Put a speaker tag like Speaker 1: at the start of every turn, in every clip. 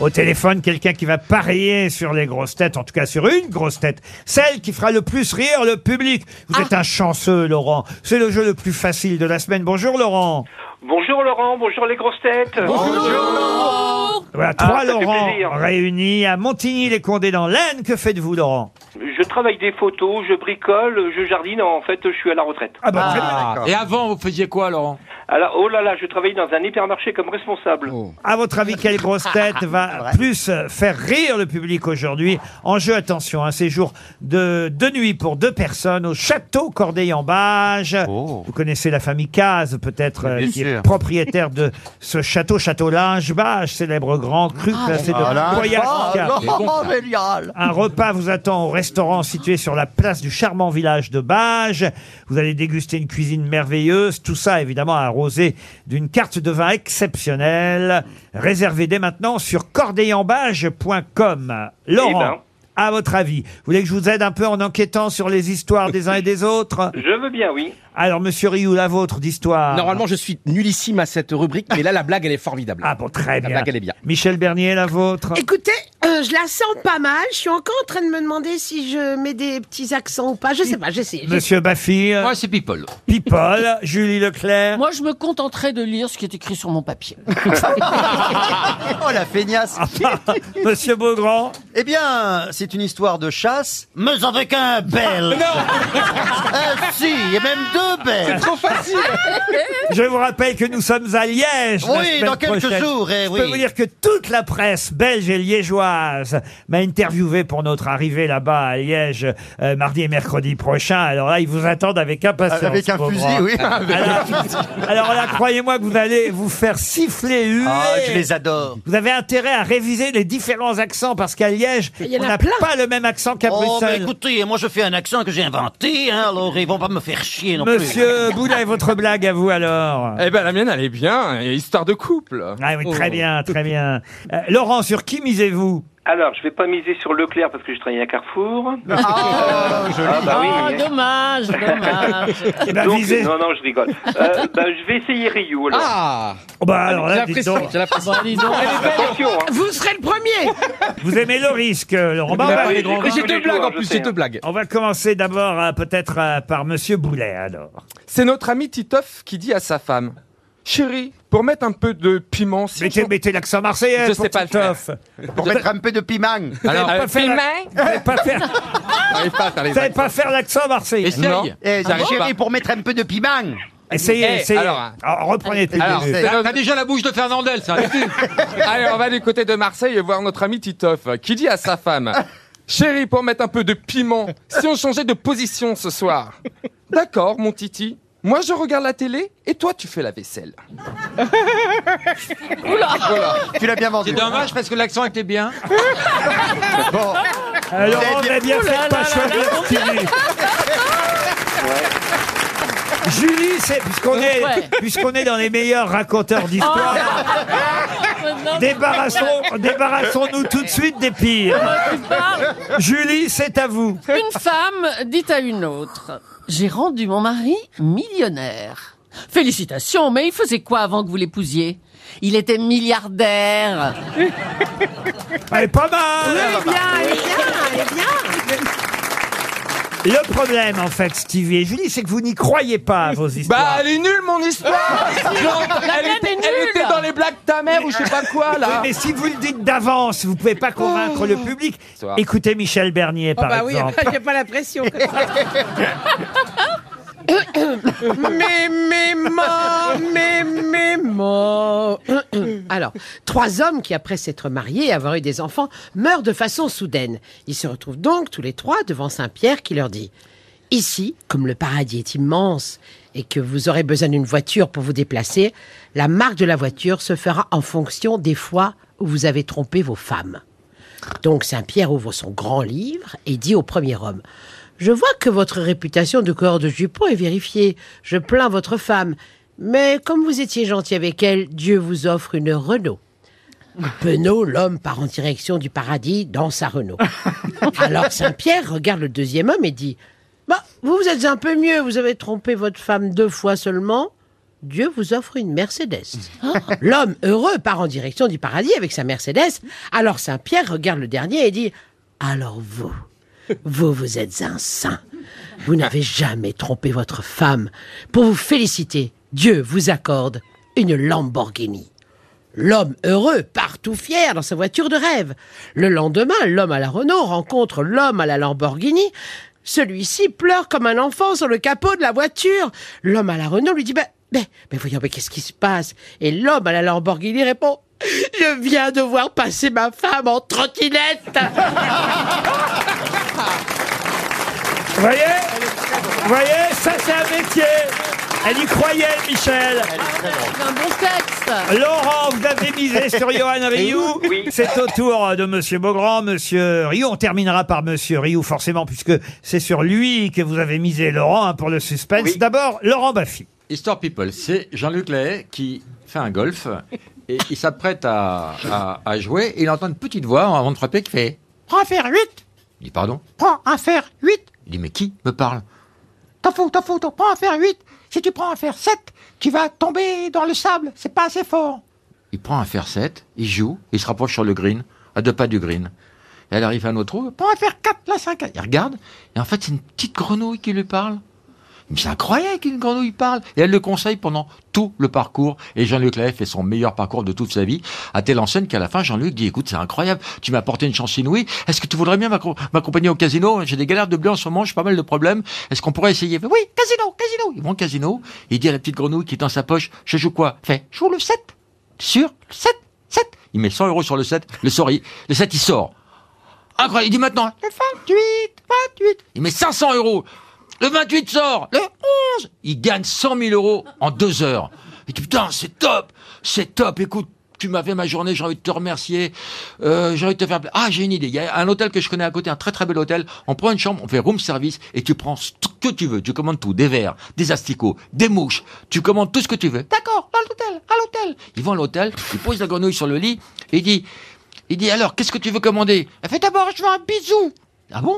Speaker 1: au téléphone quelqu'un qui va parier sur les grosses têtes, en tout cas sur une grosse tête, celle qui fera le plus rire le public. Vous êtes
Speaker 2: Ah.
Speaker 1: un chanceux, Laurent. C'est le jeu le plus facile de la semaine. Bonjour, Laurent.
Speaker 2: Bonjour Laurent, bonjour les grosses têtes. Bonjour.
Speaker 1: Voilà,
Speaker 2: Ah,
Speaker 1: trois
Speaker 2: ça fait
Speaker 1: Laurent
Speaker 2: plaisir.
Speaker 1: réunis à Montigny-les-Condés dans l'Aisne. Que faites-vous, Laurent
Speaker 2: Je travaille des photos, je bricole, je jardine. En fait, je suis à la retraite.
Speaker 1: Ah bah, très bien.
Speaker 3: Et avant, vous faisiez quoi, Laurent
Speaker 2: Alors, oh là là, je travaille dans un hypermarché comme responsable.
Speaker 1: À votre avis, quelle grosse tête va plus faire rire le public aujourd'hui En jeu, attention, un séjour de deux nuits pour deux personnes au château Corday-en-Bage. Vous connaissez la famille Caz, peut-être, euh,
Speaker 3: Oh. Bien
Speaker 1: qui est
Speaker 3: sûr.
Speaker 1: propriétaire de ce château, château Linge-Bage, célèbre grand cru
Speaker 3: Ah,
Speaker 1: classé
Speaker 4: Ah,
Speaker 1: de Royal
Speaker 3: Oh,
Speaker 1: Canin. Un repas vous attend au restaurant situé sur la place du charmant village de Bages. Vous allez déguster une cuisine merveilleuse. Tout ça, évidemment, arrosé d'une carte de vin exceptionnelle. Réservez dès maintenant sur cordeillenbage.com. Laurent,
Speaker 2: Eh ben.
Speaker 1: à votre avis, vous voulez que je vous aide un peu en enquêtant sur les histoires des uns et des autres
Speaker 2: Je veux bien, oui.
Speaker 1: Alors, monsieur Rioux, la vôtre d'histoire
Speaker 5: Normalement, je suis nullissime à cette rubrique, mais là, la blague, elle est formidable.
Speaker 1: Ah bon, très bien.
Speaker 5: blague, elle est bien. Eh,
Speaker 1: Michel Bernier, la vôtre
Speaker 6: Écoutez, euh, je la sens pas mal. Je suis encore en train de me demander si je mets des petits accents ou pas. Je sais pas, j'essaie.
Speaker 5: eh,
Speaker 6: j'essaie.
Speaker 1: Monsieur Baffy,
Speaker 3: Moi, c'est People.
Speaker 1: People, Julie Leclerc
Speaker 7: Moi, je me contenterai de lire ce qui est écrit sur mon papier.
Speaker 8: Oh la feignasse
Speaker 1: Monsieur Beaugrand
Speaker 8: Eh bien, c'est une histoire de chasse, mais avec un bel Ah si, et même deux belles
Speaker 1: Je vous rappelle que nous sommes à Liège. la
Speaker 8: Oui,
Speaker 1: semaine
Speaker 8: dans quelques
Speaker 1: prochaine.
Speaker 8: jours, eh
Speaker 1: Je
Speaker 8: oui.
Speaker 1: peux vous dire que toute la presse belge et liégeoise m'a interviewé pour notre arrivée là-bas à Liège euh, mardi et mercredi prochain. Alors là, ils vous attendent avec impatience.
Speaker 8: Ah, Avec un
Speaker 1: vos
Speaker 8: fusil,
Speaker 1: bras.
Speaker 8: oui
Speaker 1: Alors, alors là, croyez-moi que vous allez vous faire siffler, huer.
Speaker 8: Ah, je les adore
Speaker 1: Vous avez intérêt à réviser les différents accents parce qu'à Liège,
Speaker 6: Il y en
Speaker 1: on
Speaker 6: a
Speaker 1: n'a
Speaker 6: plein.
Speaker 1: pas le même accent qu'à
Speaker 8: Oh, mais
Speaker 1: Bruxelles.
Speaker 8: écoutez, moi je fais un accent que j'ai inventé, hein, alors ils vont pas me faire chier non plus.
Speaker 1: Monsieur Boulet, votre blague à vous alors
Speaker 3: Eh ben, la mienne, elle est bien. Et histoire de couple.
Speaker 1: Ah oui, très bien, très bien. Euh, Laurent, sur qui misez-vous
Speaker 2: Alors, je vais pas miser sur Leclerc parce que je travaille à Carrefour. Ah, bah
Speaker 7: Ah,
Speaker 2: oui.
Speaker 7: dommage, dommage.
Speaker 3: Ah,
Speaker 1: Eh ben,
Speaker 2: Donc,
Speaker 1: visez-
Speaker 2: non, non, je rigole. Euh, bah, je vais essayer Rio. alors.
Speaker 5: Ah
Speaker 1: Oh, bah, alors
Speaker 5: J'ai
Speaker 1: là, dites
Speaker 5: l'impression,
Speaker 1: donc,
Speaker 5: j'ai l'impression.
Speaker 7: Bon, dis donc.
Speaker 2: Attention, hein.
Speaker 6: Vous serez le premier.
Speaker 1: vous aimez le risque, euh, Laurent. Bah, on, va,
Speaker 2: oui, j'ai
Speaker 5: Mais J'ai
Speaker 2: tous
Speaker 5: deux
Speaker 2: les
Speaker 5: blagues
Speaker 2: jours,
Speaker 5: en
Speaker 2: je
Speaker 5: plus,
Speaker 2: sais,
Speaker 5: j'ai
Speaker 2: hein.
Speaker 5: deux blagues.
Speaker 1: on va commencer d'abord euh, peut-être euh, par Monsieur Boulet, alors.
Speaker 3: C'est notre ami Titoff qui dit à sa femme Chérie, pour mettre un peu de piment, si
Speaker 1: Mettez,
Speaker 3: on-
Speaker 1: mettez l'accent marseillais
Speaker 3: Je
Speaker 1: pour
Speaker 3: sais pas le
Speaker 1: Titoff.
Speaker 4: Pour mettre un peu de piment.
Speaker 3: Alors,
Speaker 1: pas
Speaker 3: euh,
Speaker 1: faire la-
Speaker 3: piment
Speaker 1: Vous savez pas faire,
Speaker 3: T'arrives pas, t'arrives
Speaker 1: vous savez pas faire l'accent marseillais.
Speaker 3: Essaye.
Speaker 5: Non.
Speaker 4: Eh,
Speaker 3: J'arrive
Speaker 4: chérie,
Speaker 3: pas.
Speaker 4: pour mettre un peu de piment.
Speaker 1: Essayez,
Speaker 3: Eh,
Speaker 1: essayez.
Speaker 3: alors, hein.
Speaker 1: Alors, reprenez depuis le
Speaker 3: Alors,
Speaker 1: début.
Speaker 3: c'est-
Speaker 5: T'as déjà la bouche de Fernandel, ça.
Speaker 3: Allez, on va du côté de Marseille et voir notre ami Titoff qui dit à sa femme Chérie, pour mettre un peu de piment, si on changeait de position ce soir. D'accord, mon Titi. Moi, je regarde la télé et toi, tu fais la vaisselle.
Speaker 4: Tu l'as bien vendu.
Speaker 5: C'est dommage parce que l'accent était bien.
Speaker 4: Bon.
Speaker 1: Euh, Laurent,
Speaker 4: Vous
Speaker 1: on a
Speaker 3: Oh
Speaker 1: bien fait de pas choisir ce qu'il dit. Julie, c'est
Speaker 3: Euh,
Speaker 1: puisqu'on est,
Speaker 7: Ouais.
Speaker 1: puisqu'on est dans les meilleurs raconteurs
Speaker 3: Oh
Speaker 1: d'histoire,
Speaker 7: Maintenant,
Speaker 1: débarrassons, débarrassons-nous tout de suite des pires.
Speaker 7: tu parles.
Speaker 1: Julie, c'est à vous.
Speaker 7: Une femme dit à une autre J'ai rendu mon mari millionnaire. Félicitations, mais il faisait quoi avant que vous l'épousiez Il était milliardaire.
Speaker 1: Elle est pas mal.
Speaker 6: Eh bien, eh bien, eh bien.
Speaker 1: Le problème, en fait, Stevie et Julie, c'est que vous n'y croyez pas à vos
Speaker 3: Bah,
Speaker 1: histoires.
Speaker 3: elle est nulle, mon histoire Genre, elle,
Speaker 7: mienne
Speaker 3: était,
Speaker 7: est
Speaker 3: elle
Speaker 7: nulle.
Speaker 3: était dans les blagues de ta mère ou je sais pas quoi, là
Speaker 1: mais si vous le dites d'avance, vous pouvez pas convaincre
Speaker 6: Oh.
Speaker 1: le public.
Speaker 3: Soir.
Speaker 1: Écoutez Michel Bernier, par
Speaker 6: bah oui,
Speaker 1: exemple.
Speaker 6: j'ai pas la pression. comme ça. mais mais moi, mais mais moi. Alors, trois hommes qui après s'être mariés et avoir eu des enfants meurent de façon soudaine. Ils se retrouvent donc tous les trois devant Saint Pierre qui leur dit Ici, comme le paradis est immense et que vous aurez besoin d'une voiture pour vous déplacer, la marque de la voiture se fera en fonction des fois où vous avez trompé vos femmes. Donc Saint-Pierre ouvre son grand livre et dit au premier homme Je vois que votre réputation de corps de jupon est vérifiée. Je plains votre femme. Mais comme vous étiez gentil avec elle, Dieu vous offre une Renault. Penaud, l'homme, part en direction du paradis dans sa Renault. Alors Saint-Pierre regarde le deuxième homme et dit Bah, vous vous êtes un peu mieux, vous avez trompé votre femme deux fois seulement. Dieu vous offre une Mercedes. L'homme heureux part en direction du paradis avec sa Mercedes. Alors Saint Pierre regarde le dernier et dit Alors vous, vous, vous êtes un saint. Vous n'avez jamais trompé votre femme. Pour vous féliciter, Dieu vous accorde une Lamborghini. L'homme heureux part tout fier dans sa voiture de rêve. Le lendemain, l'homme à la Renault rencontre l'homme à la Lamborghini. Celui-ci pleure comme un enfant sur le capot de la voiture. L'homme à la Renault lui dit Ben, ben, ben voyons, mais qu'est-ce qui se passe Et l'homme à la Lamborghini répond Je viens de voir passer ma femme en trottinette
Speaker 1: Vous voyez Vous voyez Ça, c'est un métier Elle y croyait, Michel
Speaker 7: C'est un bon texte.
Speaker 1: Laurent, vous avez misé sur Johan Rioux. C'est au tour de Monsieur Beaugrand, Monsieur Rioux. On terminera par Monsieur Rioux, forcément, puisque c'est sur lui que vous avez misé, Laurent, hein, pour le suspense. D'abord, Laurent Baffy.
Speaker 9: Histoire People, c'est Jean-Luc Lahaye qui fait un golf et il s'apprête à, à- à jouer et il entend une petite voix avant de frapper qui fait
Speaker 10: Prends un fer 8
Speaker 9: Il dit pardon
Speaker 10: Prends un fer 8
Speaker 9: Il dit mais qui me parle
Speaker 10: T'en fous, t'en fous, t'en prends un fer 8 Si tu prends un fer 7, tu vas tomber dans le sable, c'est pas assez fort
Speaker 9: Il prend un fer 7, il joue, il se rapproche sur le green, à deux pas du green. Et elle arrive à un autre trou,
Speaker 10: Prends un fer 4, la 5
Speaker 9: il regarde et en fait c'est une petite grenouille qui lui parle. Mais c'est incroyable qu'une grenouille parle Et elle le conseille pendant tout le parcours. Et Jean-Luc Lahaye fait son meilleur parcours de toute sa vie, à telle enseigne qu'à la fin, Jean-Luc dit, écoute, c'est incroyable, tu m'as apporté une chance inouïe, est-ce que tu voudrais bien m'accom- m'accompagner au casino J'ai des galères de blé en ce moment, j'ai pas mal de problèmes, est-ce qu'on pourrait essayer Il fait, Oui, casino, casino Ils vont au casino, il dit à la petite grenouille qui est dans sa poche, je joue quoi Elle Fait, je joue le 7. Sur le 7, 7 Il met 100 euros sur le 7, le, sort, il- le 7 il sort. Incroyable, il dit maintenant, le 28, 28 Il met 500 euros le 28 sort, le 11, il gagne 100 000 euros en deux heures. Il dit, putain, c'est top, c'est top, écoute, tu m'as fait ma journée, j'ai envie de te remercier, euh, j'ai envie de te faire... pla- Ah, j'ai une idée, il y a un hôtel que je connais à côté, un très très bel hôtel, on prend une chambre, on fait room service, et tu prends ce que tu veux, tu commandes tout, des verres, des asticots, des mouches, tu commandes tout ce que tu veux. D'accord, à l'hôtel, à l'hôtel. Ils vont à l'hôtel, ils posent la grenouille sur le lit, et il dit, il dit, alors, qu'est-ce que tu veux commander Elle fait d'abord, je veux un bisou. Ah bon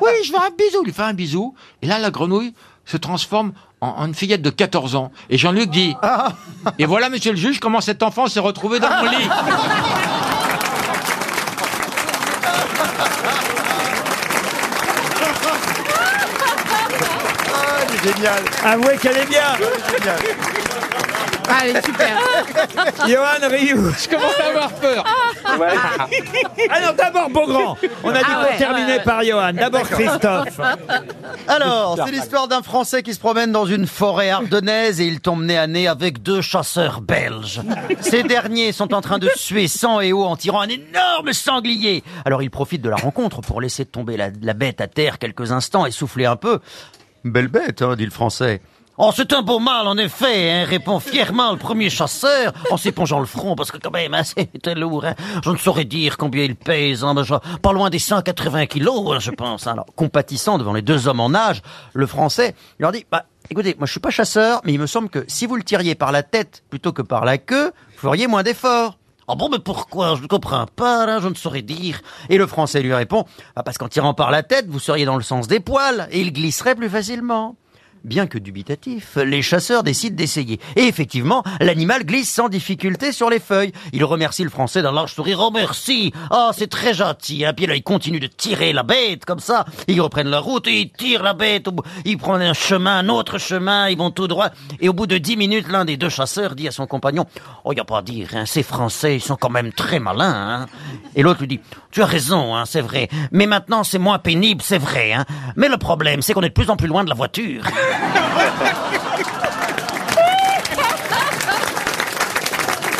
Speaker 9: Oui, je veux un bisou. Il lui fait un bisou. Et là, la grenouille se transforme en, en une fillette de 14 ans. Et Jean-Luc dit,
Speaker 5: Ah.
Speaker 9: et voilà, monsieur le juge, comment cet enfant s'est retrouvé dans mon lit.
Speaker 4: Génial.
Speaker 1: Avouez qu'elle est bien
Speaker 6: Allez, super
Speaker 1: Johan Rioux.
Speaker 3: Je commence à avoir peur.
Speaker 1: Ah non, d'abord Beaugrand On a dit
Speaker 6: Ah
Speaker 1: qu'on
Speaker 6: ouais,
Speaker 1: terminait
Speaker 6: ouais, ouais.
Speaker 1: par Johan. D'abord Christophe.
Speaker 8: Alors, c'est l'histoire d'un Français qui se promène dans une forêt ardennaise et il tombe nez à nez avec deux chasseurs belges. Ces derniers sont en train de suer sang et eau en tirant un énorme sanglier. Alors il profite de la rencontre pour laisser tomber la, la bête à terre quelques instants et souffler un peu. Belle bête, hein, dit le Français. Oh, c'est un beau mâle, en effet, hein, répond fièrement le premier chasseur en s'épongeant le front, parce que quand même, hein, c'était lourd. hein. Je ne saurais dire combien il pèse, hein, mais je- pas loin des 180 kilos, hein, je pense. hein. Alors, compatissant devant les deux hommes en âge, le Français leur dit, bah, écoutez, moi je suis pas chasseur, mais il me semble que si vous le tiriez par la tête plutôt que par la queue, vous feriez moins d'efforts. Ah bon, mais pourquoi Je ne comprends pas, là, je ne saurais dire. Et le français lui répond, Ah, parce qu'en tirant par la tête, vous seriez dans le sens des poils, et il glisserait plus facilement. Bien que dubitatif, les chasseurs décident d'essayer. Et effectivement, l'animal glisse sans difficulté sur les feuilles. Il remercie le français d'un large sourire. Oh merci Ah, c'est très gentil hein. Puis là, il continue de tirer la bête comme ça. Ils reprennent la route et ils tirent la bête. Au bout- Ils prennent un chemin, un autre chemin, ils vont tout droit. Et au bout de dix minutes, l'un des deux chasseurs dit à son compagnon Oh, y a pas à dire, hein, ces Français, ils sont quand même très malins. hein. Et l'autre lui dit Tu as raison, hein, c'est vrai. Mais maintenant, c'est moins pénible, c'est vrai. Hein. Mais le problème, c'est qu'on est de plus en plus loin de la voiture.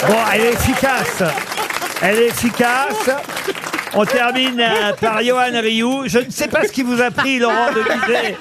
Speaker 1: Bon, elle est efficace. Elle est efficace. On termine euh, par Johan Rioux. Je ne sais pas ce qui vous a pris, Laurent, de miser,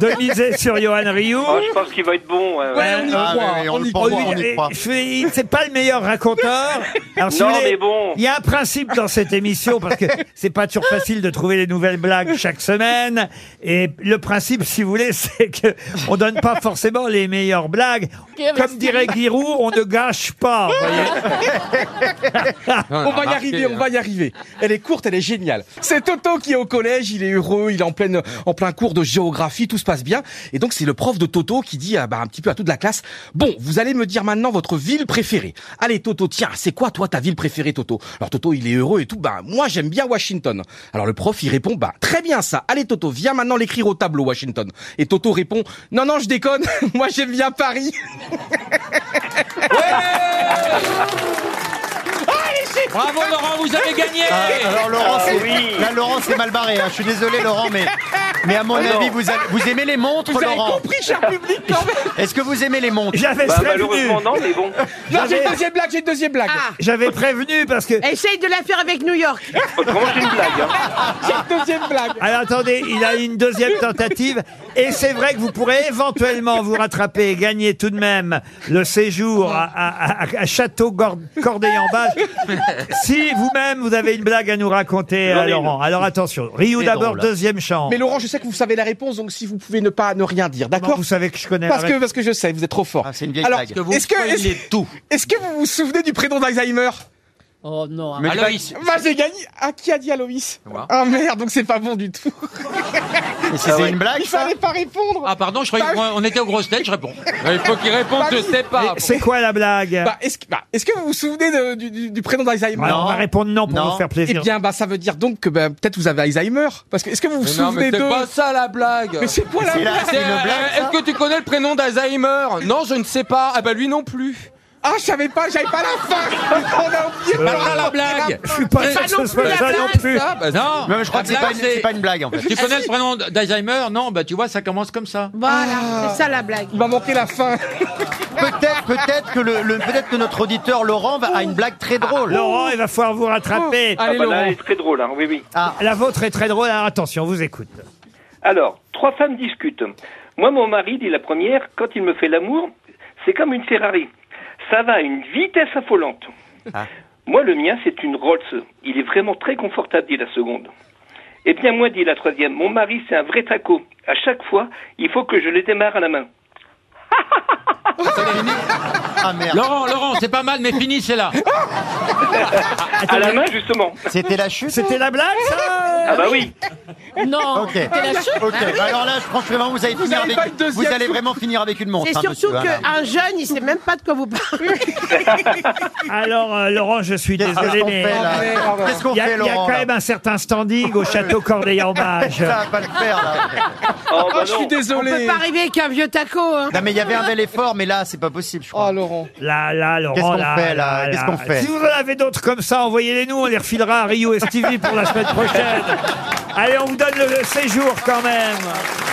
Speaker 1: de miser sur Johan Rioux.
Speaker 2: Oh, je pense qu'il va être bon. ouais, ouais.
Speaker 1: Euh,
Speaker 4: Ah, mais oui, on le prend,
Speaker 1: Oh, lui,
Speaker 4: on y
Speaker 1: eh,
Speaker 4: croit.
Speaker 1: je suis- C'est pas le meilleur raconteur. Alors, si
Speaker 2: Non,
Speaker 1: vous voulez,
Speaker 2: mais bon.
Speaker 1: Il y a un principe dans cette émission parce que c'est pas toujours facile de trouver les nouvelles blagues chaque semaine. Et le principe, si vous voulez, c'est que on donne pas forcément les meilleures blagues. Comme dirait Giroud, on ne gâche pas. vous voyez.
Speaker 3: On
Speaker 5: On va y arriver, on va y arriver. Elle elle est courte, elle est géniale. C'est Toto qui est au collège, il est heureux, il est en pleine, en plein cours de géographie, tout se passe bien. Et donc, c'est le prof de Toto qui dit, ah, bah, un petit peu à toute la classe, bon, vous allez me dire maintenant votre ville préférée. Allez, Toto, tiens, c'est quoi, toi, ta ville préférée, Toto? Alors, Toto, il est heureux et tout, bah, moi, j'aime bien Washington. Alors, le prof, il répond, bah, très bien ça. Allez, Toto, viens maintenant l'écrire au tableau, Washington. Et Toto répond, non, non, je déconne, moi, j'aime bien Paris.
Speaker 11: Bravo Laurent, vous avez gagné
Speaker 8: Ah, alors Laurent, c'est- là Laurent c'est mal barré. hein. Je suis désolé Laurent, mais mais à mon
Speaker 11: Ah, non.
Speaker 8: avis vous avez- vous aimez les montres
Speaker 11: Vous avez
Speaker 8: Laurent.
Speaker 11: compris, cher public, quand même.
Speaker 8: Est-ce que vous aimez les montres
Speaker 1: J'avais Bah, prévenu. malheureusement, non, mais
Speaker 8: bon.
Speaker 5: Non, j'ai une deuxième blague, j'ai une deuxième blague.
Speaker 1: J'avais prévenu parce que.
Speaker 6: Essaye de la faire avec New York.
Speaker 2: hein. Ah,
Speaker 9: Ah.
Speaker 5: J'ai une deuxième blague.
Speaker 1: Alors attendez, il a une deuxième tentative. Et c'est vrai que vous pourrez éventuellement vous rattraper et gagner tout de même le séjour à, à- à- à Château Gor- Corday-en-Bas. si vous-même, vous avez une blague à nous raconter,
Speaker 5: J'en
Speaker 1: à
Speaker 5: ai
Speaker 1: Laurent.
Speaker 5: une.
Speaker 1: Alors attention, Rio
Speaker 5: C'est
Speaker 1: d'abord,
Speaker 5: drôle.
Speaker 1: deuxième chance.
Speaker 5: Mais Laurent, je sais que vous savez la réponse, donc si vous pouvez ne pas ne rien dire, d'accord
Speaker 1: Vous savez que je connais. la
Speaker 5: Parce que
Speaker 1: réponse.
Speaker 5: parce que je sais, vous êtes trop fort.
Speaker 8: Ah, c'est une
Speaker 1: vieille blague. Que vous
Speaker 5: est-ce que
Speaker 1: spoilez
Speaker 5: est-ce- Est-ce que vous vous souvenez du prénom d'Alzheimer
Speaker 7: Oh non.
Speaker 5: Mais Aloïs. Bah, j'ai gagné. Ah, qui a dit Aloïs Ah merde, donc c'est pas bon du tout.
Speaker 11: c'est une blague,
Speaker 5: Il fallait pas répondre.
Speaker 11: Ah pardon, je croyais qu'on était aux grosses têtes, je réponds. Il faut qu'il réponde, je sais pas.
Speaker 1: C'est quoi la blague
Speaker 5: Bah, est-ce que, bah, est-ce que vous vous souvenez de- du, du- du prénom d'Alzheimer
Speaker 1: Alors, on va répondre non pour
Speaker 5: Bah, Non.
Speaker 1: vous faire plaisir.
Speaker 5: Eh bien, bah, ça veut dire donc que bah, peut-être vous avez Alzheimer. Parce que est-ce que vous vous
Speaker 3: Mais non,
Speaker 5: souvenez
Speaker 3: mais c'est
Speaker 5: de
Speaker 3: pas ça la blague.
Speaker 5: Mais c'est quoi la C'est la- blague c'est une
Speaker 3: euh,
Speaker 5: blague, ça
Speaker 3: Est-ce que tu connais le prénom d'Alzheimer Non, je ne sais pas. Ah bah lui non plus.
Speaker 5: Ah, je savais pas, j'avais pas la fin. On a oublié
Speaker 3: Euh,
Speaker 5: pardon.
Speaker 3: pas la blague. Ah
Speaker 1: Je suis pas
Speaker 11: sûr que ce soit ça non plus.
Speaker 5: ça, bah,
Speaker 11: Non,
Speaker 8: mais
Speaker 9: Ah,
Speaker 8: je crois que c'est
Speaker 11: la
Speaker 8: pas,
Speaker 11: blague,
Speaker 8: une- c'est pas une blague en fait.
Speaker 11: Tu connais le prénom d'Alzheimer Non, bah tu vois, ça commence comme ça.
Speaker 6: Voilà, c'est ça la blague.
Speaker 5: Il m'a manqué la fin.
Speaker 8: Peut-être, peut-être que le, le- peut-être que notre auditeur Laurent va, a une blague très drôle.
Speaker 1: Ah, Laurent, il va falloir vous rattraper.
Speaker 5: Oh,
Speaker 2: Ah bah là, elle est très drôle, hein, oui, oui.
Speaker 1: La vôtre est très drôle. Alors attention, on vous écoute.
Speaker 2: Alors, trois femmes discutent. Moi, mon mari, dit la première, quand il me fait l'amour, c'est comme une Ferrari. Ça va à une vitesse affolante. Ah. Moi, le mien, c'est une Rolls. Il est vraiment très confortable, dit la seconde. Eh bien, moi, dit la troisième, mon mari, c'est un vrai taco. À chaque fois, il faut que je le démarre à la main.
Speaker 8: Ah,
Speaker 11: Laurent, Laurent, c'est pas mal, mais fini, c'est là.
Speaker 2: À la main, justement.
Speaker 8: C'était la chute.
Speaker 1: C'était la blague, ça
Speaker 2: Ah bah oui.
Speaker 7: Non.
Speaker 8: Ok.
Speaker 7: C'était la chute.
Speaker 8: Ok. bah alors là, franchement, vous allez
Speaker 5: Vous
Speaker 8: finir
Speaker 5: avez pas
Speaker 8: avec,
Speaker 5: une deuxième
Speaker 8: vous allez
Speaker 5: chute.
Speaker 8: vraiment finir avec une montre.
Speaker 6: C'est
Speaker 8: hein,
Speaker 6: surtout
Speaker 8: monsieur, hein, là.
Speaker 6: qu'un jeune, il sait même pas de quoi vous parlez.
Speaker 1: Alors, euh, Laurent, je suis
Speaker 8: Qu'est-ce
Speaker 1: désolé,
Speaker 8: qu'on
Speaker 1: mais
Speaker 8: fait là Qu'est-ce qu'on
Speaker 1: il y, a-
Speaker 8: fait,
Speaker 1: il y a
Speaker 8: Laurent
Speaker 1: quand
Speaker 8: là
Speaker 1: même un certain standing au château Corday-en-Bage.
Speaker 8: Ça va pas le faire là.
Speaker 2: Oh,
Speaker 5: Ah,
Speaker 2: bah
Speaker 5: je suis
Speaker 2: non.
Speaker 6: On peut
Speaker 5: désolé.
Speaker 6: pas arriver qu'un vieux taco. Hein.
Speaker 8: Non mais il y avait un bel effort, mais là c'est pas possible, je crois.
Speaker 5: Oh Laurent.
Speaker 1: Là, là, Laurent,
Speaker 8: Qu'est-ce qu'on
Speaker 1: là,
Speaker 8: fait, là Qu'est-ce qu'on fait
Speaker 1: Si vous en avez d'autres comme ça, envoyez-les nous, on les refilera à Rio et Stevie pour la semaine prochaine. Allez, on vous donne le, le séjour quand même.